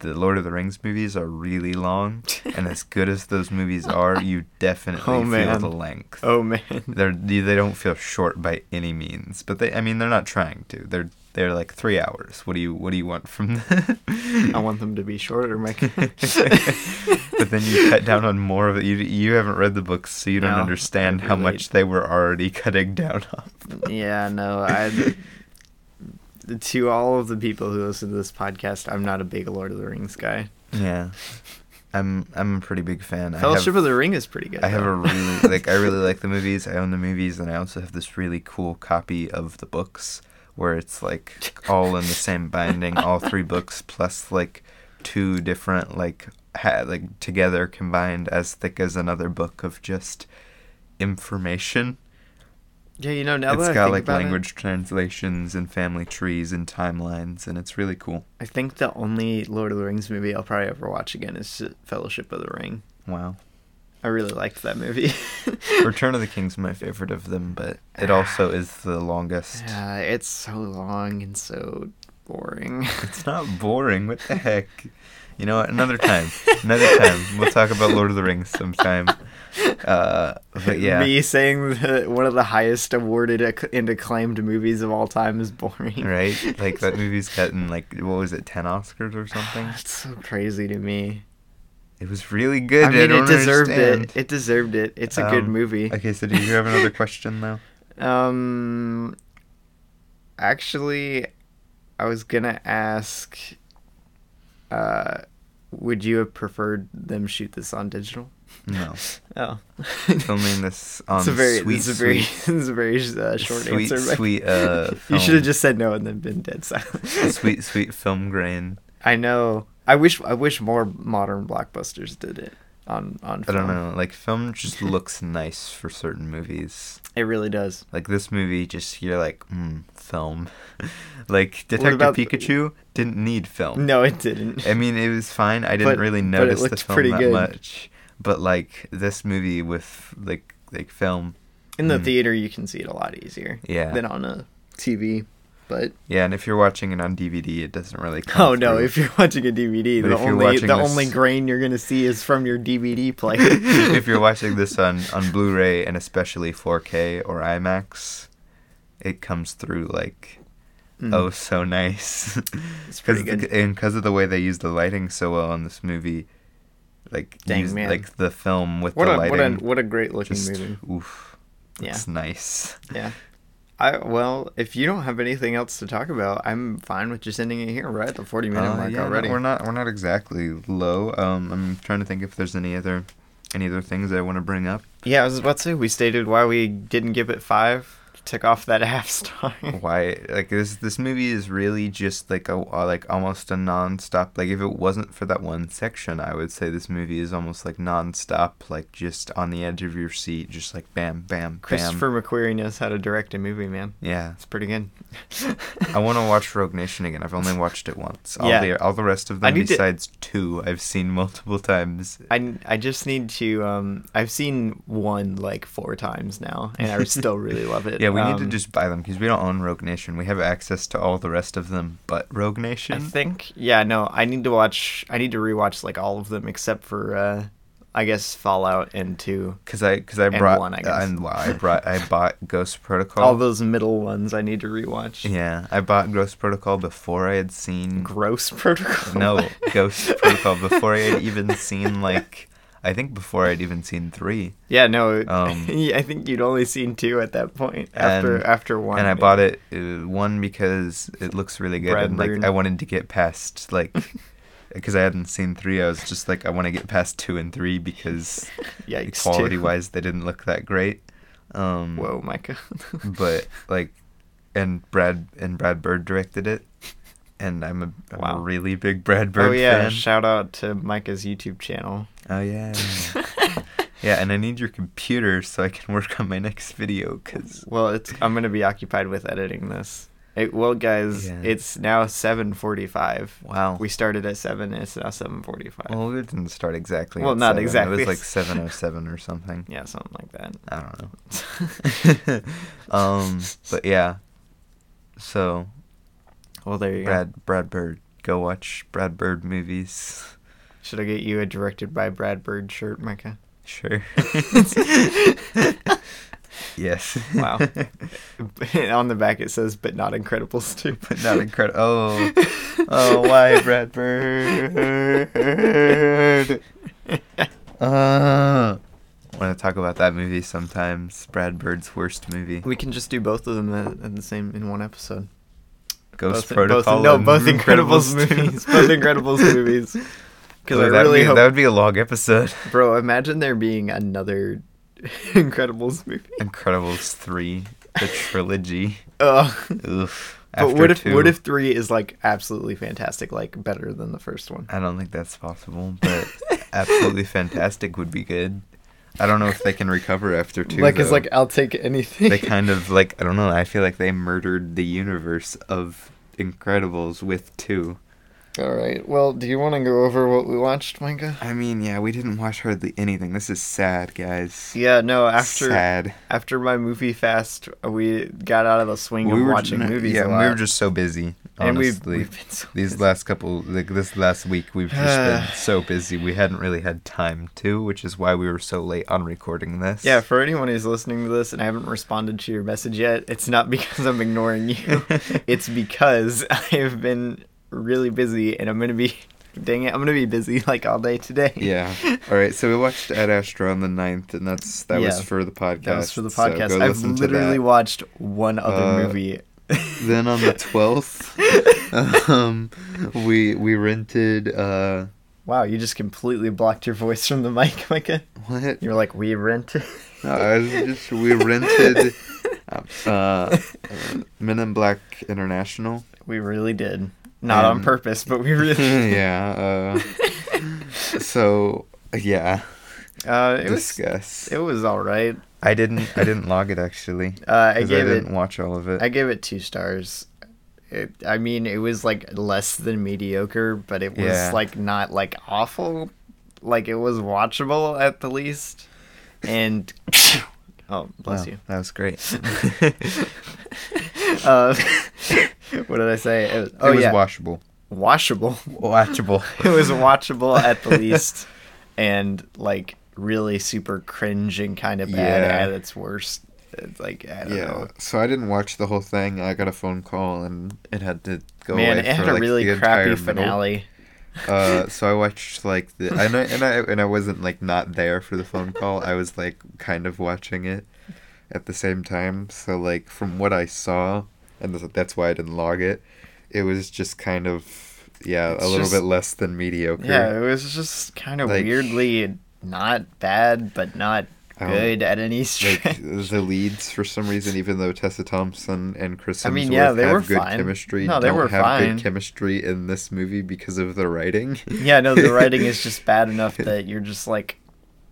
the Lord of the Rings movies, are really long. and as good as those movies are, you definitely Oh, feel man. the length. Oh man. they're they they don't feel short by any means but they i mean they're not trying to they're they're like three hours what do you what do you want from them I want them to be shorter, Micah. but then you cut down on more of it you you haven't read the books so you don't No, I understand how relate. much they were already cutting down on yeah, no, I. To all of the people who listen to this podcast, I'm not a big Lord of the Rings guy. yeah i'm i'm a pretty big fan Fellowship I have, of the Ring is pretty good. I have though. a really like I really like the movies. I own the movies, and I also have this really cool copy of the books where it's like all in the same binding, all three books plus like two different like ha- like together combined as thick as another book of just information. yeah, you know now that it's I got think like about it, language translations and family trees and timelines, and it's really cool. I think the only Lord of the Rings movie I'll probably ever watch again is Fellowship of the Ring. Wow. I really liked that movie. Return of the King's my favorite of them, but it also is the longest. Yeah, it's so long and so boring. It's not boring. What the heck? You know what? Another time. Another time. We'll talk about Lord of the Rings sometime. Uh, but yeah. Me saying that one of the highest awarded acc- and acclaimed movies of all time is boring. Right? Like, that movie's gotten, like, what was it, 10 Oscars or something? That's so crazy to me. It was really good. I mean, don't it deserved understand. it. It deserved it. It's a good Um, movie. Okay, so do you have another question, though? Um, actually, I was gonna ask, uh, would you have preferred them shoot this on digital? No. Oh, Filming this on it's a very, sweet, it's a very, sweet, it's a very uh, short sweet, answer. but- sweet, uh, you should have film. just said no and then been dead silent. sweet, sweet film grain. I know. I wish, I wish more modern blockbusters did it on on. I Film. don't know. Like, film just looks nice for certain movies. It really does. Like this movie, just you're like, mm, film. like Detective about- Pikachu didn't need film. No, it didn't. I mean it was fine. I didn't But- really but it notice the looked film pretty that good. much. But like this movie with like like film, In the Mm. theater, you can see it a lot easier. Yeah. Than on a TV, but. yeah. And if you're watching it on DVD, it doesn't really. Come Oh no! through. If you're watching a DVD, But the if you're only the watching this- only grain you're gonna see is from your DVD player. if you're watching this on on Blu-ray and especially 4K or IMAX, it comes through like Hmm. oh so nice. Mm, It's pretty Because good. and because of the way they use the lighting so well in this movie, like Dang, use- man. like the film with What the a lighting, what a what a great looking just movie. oof, Yeah. it's nice. Yeah. I well, if you don't have anything else to talk about, I'm fine with just ending it here. We're at the 40 minute Uh, mark yeah, no, already. we're not we're not exactly low. Um, I'm trying to think if there's any other any other things I want to bring up. Yeah, I was about to say we stated why we didn't give it five. took off that half star. why like this this movie is really just like a uh, like almost a non-stop like if it wasn't for that one section i would say this movie is almost like non-stop like just on the edge of your seat just like bam bam bam Christopher McQuarrie knows how to direct a movie, man. yeah It's pretty good. i want to watch rogue nation again i've only watched it once all Yeah. the all the rest of I them need to- besides two i've seen multiple times I, I just need to um I've seen one like four times now and I still really love it. yeah we need to Um, just buy them because we don't own rogue nation we have access to all the rest of them but rogue nation I think yeah no I need to watch I need to rewatch like all of them except for uh I guess Fallout and two because I because I brought one, I uh, guess. and, well, I brought I bought Ghost Protocol. all those middle ones I need to rewatch. Oh. Yeah, I bought Ghost Protocol before I had seen Gross protocol. no Ghost Protocol before I had even seen like I think before I'd even seen three, Yeah, no. Um, yeah, I think you'd only seen two at that point after And- after one. and I bought it uh, one because it looks really good Brad and like Bird. I wanted to get past like because I hadn't seen three, I was just like I want to get past two and three because Yikes, two. quality wise they didn't look that great. Um, Whoa, Micah. but like and Brad and Brad Bird directed it. And I'm a, I'm Wow. a really big Brad Bird oh yeah, fan. shout out to Micah's YouTube channel. Oh yeah. yeah, and I need your computer so I can work on my next video cuz Well, it's I'm gonna be occupied with editing this. It, well, guys, Yeah. it's now 7:45. wow. We started at seven. It's now 7:45. well, it didn't start exactly. Well, at not seven. It exactly. was like 707 or something. yeah, something like that. I don't know. um, but yeah. So, Well, there you go. Brad Brad Bird, go watch Brad Bird movies. Should I get you a directed by Brad Bird shirt, Micah? Sure. yes. Wow. On the back it says, "But not incredible stupid." Not incredible. Oh, oh, why Brad Bird? Uh, I want to talk about that movie sometimes. Brad Bird's worst movie, We can just do both of them at, at the same in one episode. Ghost both, Protocol. Both, no, and both Incredibles Incredibles two. movies. both Incredibles movies. Because Boy, I that'd really be, hope, that would be a long episode. bro. Imagine there being another Incredibles movie. Incredibles three, the trilogy. Ugh. Oof. But After what if two, what if three is like absolutely fantastic, like better than the first one? I don't think that's possible, but absolutely fantastic would be good. I don't know if they can recover after two. like it's though. like I'll take anything. they kind of like I don't know. I feel like they murdered the universe of Incredibles with two. All right. Well, do you want to go over what we watched, Micah? I mean, yeah, we didn't watch hardly anything. This is sad, guys. Yeah. No. After sad, after my movie fast, we got out of the swing of watching no, movies. Yeah, a we lot. were just so busy. and Honestly, we've, we've been so these last couple, like this last week, we've just been so busy. We hadn't really had time to, which is why we were so late on recording this. Yeah, for anyone who's listening to this and I haven't responded to your message yet, it's not because I'm ignoring you. it's because I've been really busy and I'm going to be, dang it, I'm going to be busy like all day today. Yeah. All right. So we watched Ad Astra on the 9th, and that's that was Yeah. for the podcast. That was for the so go podcast. I've listen to literally that. watched one Uh, other movie. then uh, on the 12th um, we we rented uh Wow, you just completely blocked your voice from the mic, Micah. what You were like, we rented. no, I was just we rented uh, uh men in black international We really did. Not on Um, purpose, but we really. yeah uh so yeah Uh, it was discuss it was all right. i didn't i didn't log it actually Uh, I 'cause gave it didn't watch all of it I gave it two stars. It, I mean, it was like less than mediocre, but it was Yeah. like not like awful. Like it was watchable at the least. And oh, bless Wow, you. that was great Uh, Um, what did I say? It was, oh it was yeah, washable washable. watchable it was watchable at the least, and like really super cringe and kind of bad Yeah. at its worst. It's like I don't yeah know. so i didn't watch the whole thing i got a phone call and it had to go Man, away it had for, a like, really the crappy entire middle. finale. uh, so I watched like the and I and I and I wasn't like not there for the phone call. I was like kind of watching it at the same time. So like from what I saw, and th- that's why I didn't log it. It was just kind of yeah, It's a little just- bit less than mediocre. Yeah, it was just kind of Like- weirdly not bad, but not I don't- good at any stretch. Oh. like the leads for some reason, even though Tessa Thompson and Chris Hemsworth I mean, yeah, they have were good fine. chemistry, No, they don't were have fine. good chemistry in this movie because of the writing. yeah, no, the writing is just bad enough that you're just like,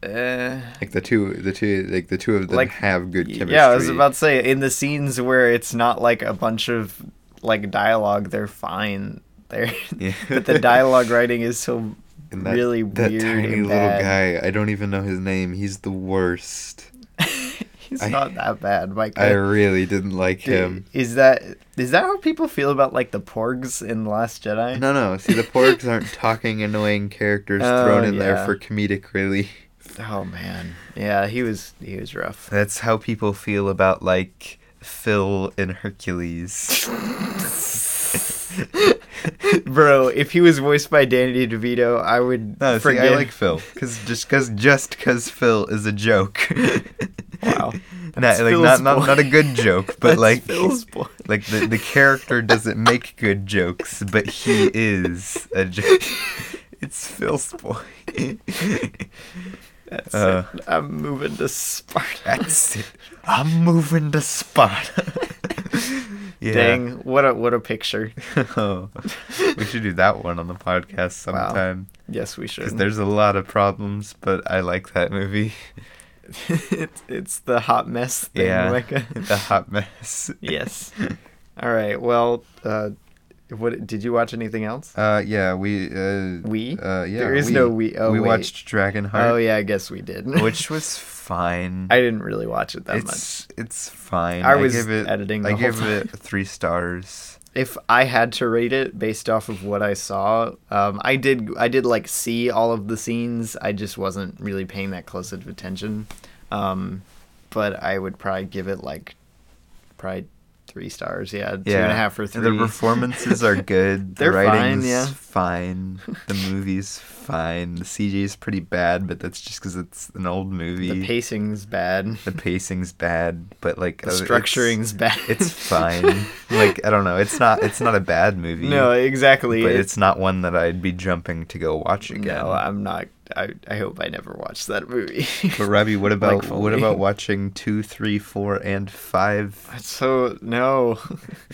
eh. like the two, the two, like the two of them Like, have good chemistry. Yeah, I was about to say in the scenes where it's not like a bunch of like dialogue, they're fine. They're Yeah. but the dialogue writing is so And that- really that weird tiny and little bad. guy. I don't even know his name. He's the worst. He's I- not that bad, Mike. I really didn't like him. Is that is that how people feel about like the Porgs in The Last Jedi? No, no. See, the porgs aren't talking, annoying characters Oh, thrown in there yeah. for comedic relief. Oh man, yeah, he was he was rough. That's how people feel about like Phil in Hercules. Bro, if he was voiced by Danny DeVito, I would No, see, forget. I like Phil because just because just 'cause Phil is a joke. Wow. not, That's like Phil's not, not boy. not a good joke, but That's like Phil's boy. like the the character doesn't make good jokes, but he is a joke. It's Phil's boy. That's Uh, it. I'm moving to Sparta. That's it. I'm moving to Sparta. yeah. Dang, what a what a picture. Oh, we should do that one on the podcast Wow. sometime. Yes, we 'Cause should. There's a lot of problems, but I like that movie. it's, it's the hot mess thing. Yeah, Like a, the hot mess. yes. All right. Well, uh, what did you watch anything else? Uh, yeah, we. Uh, We? Uh, yeah, There is no we- oh, we wait. watched Dragonheart, Oh yeah, I guess we did. which was fine. I didn't really watch it that much. it's it's fine. I was give it, editing the I whole give time. it three stars. If I had to rate it based off of what I saw, um, I did I did like see all of the scenes. I just wasn't really paying that close of attention. Um, but I would probably give it like probably three stars. Yeah, two and a half yeah, or three. The performances are good. The They're fine, writing's yeah. fine. The movie's fine. The CG's pretty bad, but that's just because it's an old movie. the pacing's bad. the pacing's bad, but like The uh, it's- structuring's bad. It's fine. like I don't know. It's not. It's not a bad movie. no, exactly. but it's not one that I'd be jumping to go watch again. no, I'm not. I, I hope I never watch that movie. but Robbie, what about Like what fully. about watching two, three, four, and five? so no,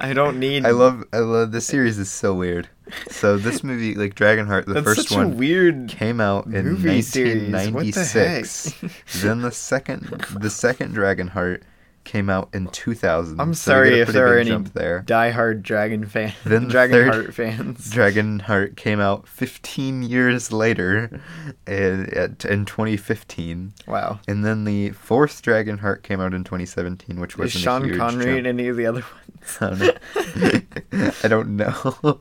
I don't need. I love I love the series is so weird. So this movie, like Dragonheart, the that's first such a one weird. came out in movie series. What the heck? 1996. then the second the second Dragonheart came out in 2000. I'm so we sorry get a if pretty there big are any jump there. diehard Dragon fans, Then the Dragon third- Heart fans. Dragonheart came out 15 years later in, at, in 2015. wow. And then the fourth Dragonheart came out in 2017, which Is was a Sean huge Connery in jump. any of the other ones? I don't know. I don't know.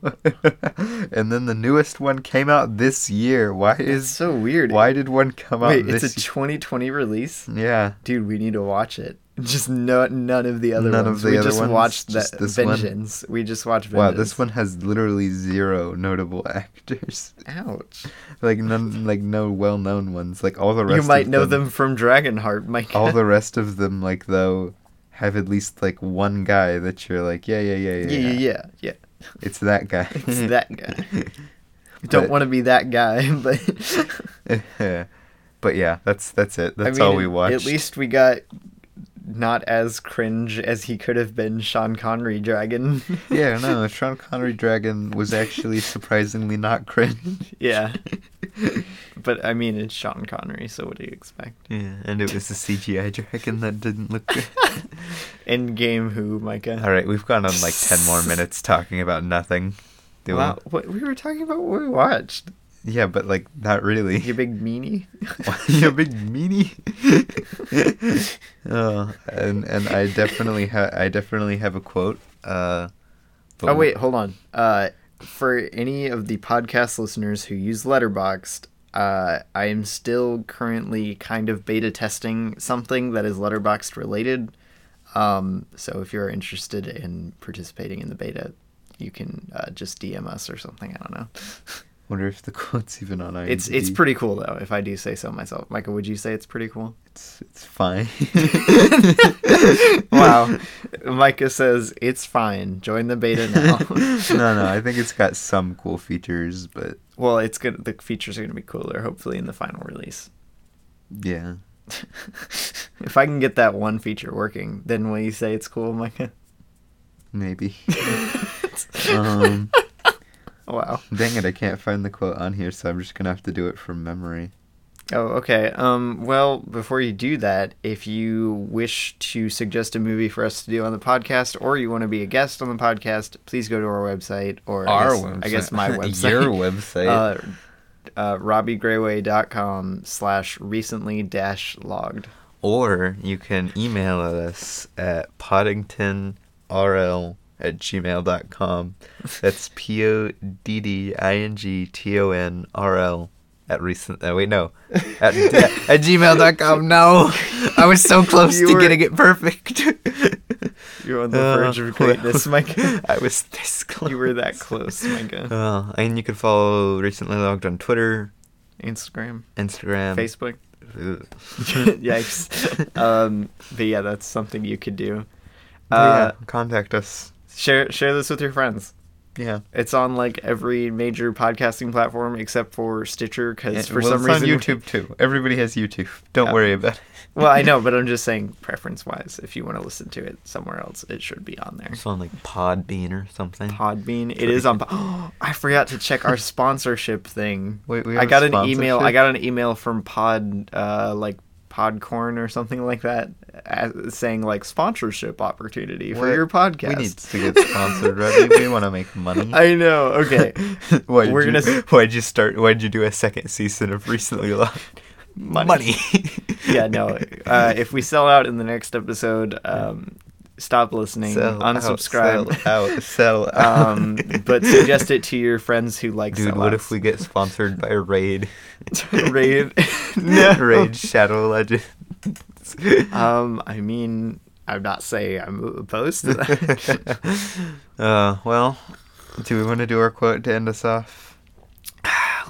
and then the newest one came out this year. Why It's is so weird. why did one come out Wait, it's a this 2020 release, year? Yeah. dude. We need to watch it. Just no, none of the other None of ones. the we other just ones, watched just that this one. Vengeance. We just watched Wow, Vengeance. this one has literally zero notable actors. Ouch. like none like no well-known ones. Like all the rest You might of know them from Dragonheart, Mike. all the rest of them like though have at least like one guy that you're like yeah yeah yeah yeah, yeah, yeah, yeah, yeah. it's that guy It's that guy. Don't want to be that guy, but to but yeah that's that's it I that's mean, all we watched At least we got not as cringe as he could have been. Sean Connery Dragon. yeah no Sean Connery Dragon was actually surprisingly not cringe yeah. But I mean, it's Sean Connery, so what do you expect? yeah and it was the CGI dragon that didn't look good End game, who Micah? all right we've gone on like 10 more minutes talking about nothing Do we- Wow, what, we were talking about what we watched. yeah but like not really You big meanie. you big meanie. oh, and and I definitely ha- I definitely have a quote. Uh, but Oh wait, hold on. Uh, for any of the podcast listeners who use Letterboxd, uh, I am still currently kind of beta testing something that is Letterboxd related. Um, so if you're interested in participating in the beta, you can uh, just DM us or something. I don't know. wonder if the quote's even on IMDb. It's it's pretty cool though. If I do say so myself, Michael, would you say it's pretty cool? It's, it's fine. Wow, Micah says it's fine. Join the beta now. no, no, I think it's got some cool features, but well, it's good. The features are going to be cooler, hopefully, in the final release. yeah, if I can get that one feature working, then will you say it's cool, oh, Micah? Maybe. um, Wow. dang it, I can't find the quote on here, so I'm just gonna have to do it from memory. Oh, okay. Um, well, before you do that, if you wish to suggest a movie for us to do on the podcast, or you want to be a guest on the podcast, please go to our website or I guess, I guess my website. Your website. Uh, uh, RobbieGrayway.com slash recently dash logged. or you can email us at poddingtonrl at gmail.com. That's P O D D I N G T O N R L at recent. Uh, wait, no. At, at gmail.com. No. I was so close You to were- getting it perfect. You're on the verge Uh, of greatness, Micah. I was this close. You were that close, Micah. Uh, and you can follow Recently Logged on Twitter, Instagram, Instagram, Facebook. Ugh. Yikes. Um, but yeah, that's something you could do. Uh, Oh, yeah, contact us. Share share this with your friends. Yeah. It's on like every major podcasting platform except for Stitcher because Yeah, for well, some it's reason on YouTube too. Everybody has YouTube. Don't Yeah. worry about it. well, I know, but I'm just saying preference wise. If you want to listen to it somewhere else, it should be on there. It's on like Podbean or something. Podbean. It is on. Oh, I forgot to check our sponsorship thing. Wait, we I have a got an email. I sponsorship? got an email from Pod, uh, like Podcorn or something like that, uh, saying like sponsorship opportunity for What? your podcast. We need to get sponsored, Robbie. We want to make money. I know. Okay. why'd we're you, gonna s- Why'd you start? Why'd you do a second season of Recently Logged? Money. yeah. yeah. No. Uh, if we sell out in the next episode, um, stop listening. Sell out, unsubscribe. Sell out. Sell out. um, but suggest it to your friends who like. Dude, what if we get sponsored by Raid? we raid? Raid Shadow Legends. Um, I mean, I'm not saying I'm opposed to that. uh, well, do we want to do our quote to end us off?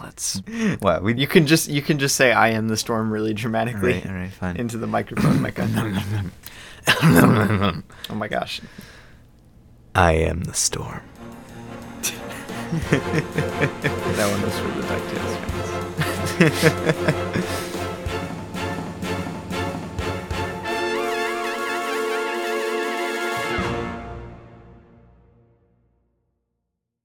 Let's. Wow, we You can just you can just say I am the storm really all dramatically right, all right, fine. into the microphone, Micah. oh my gosh. I am the storm. That one was for the DuckTales fans.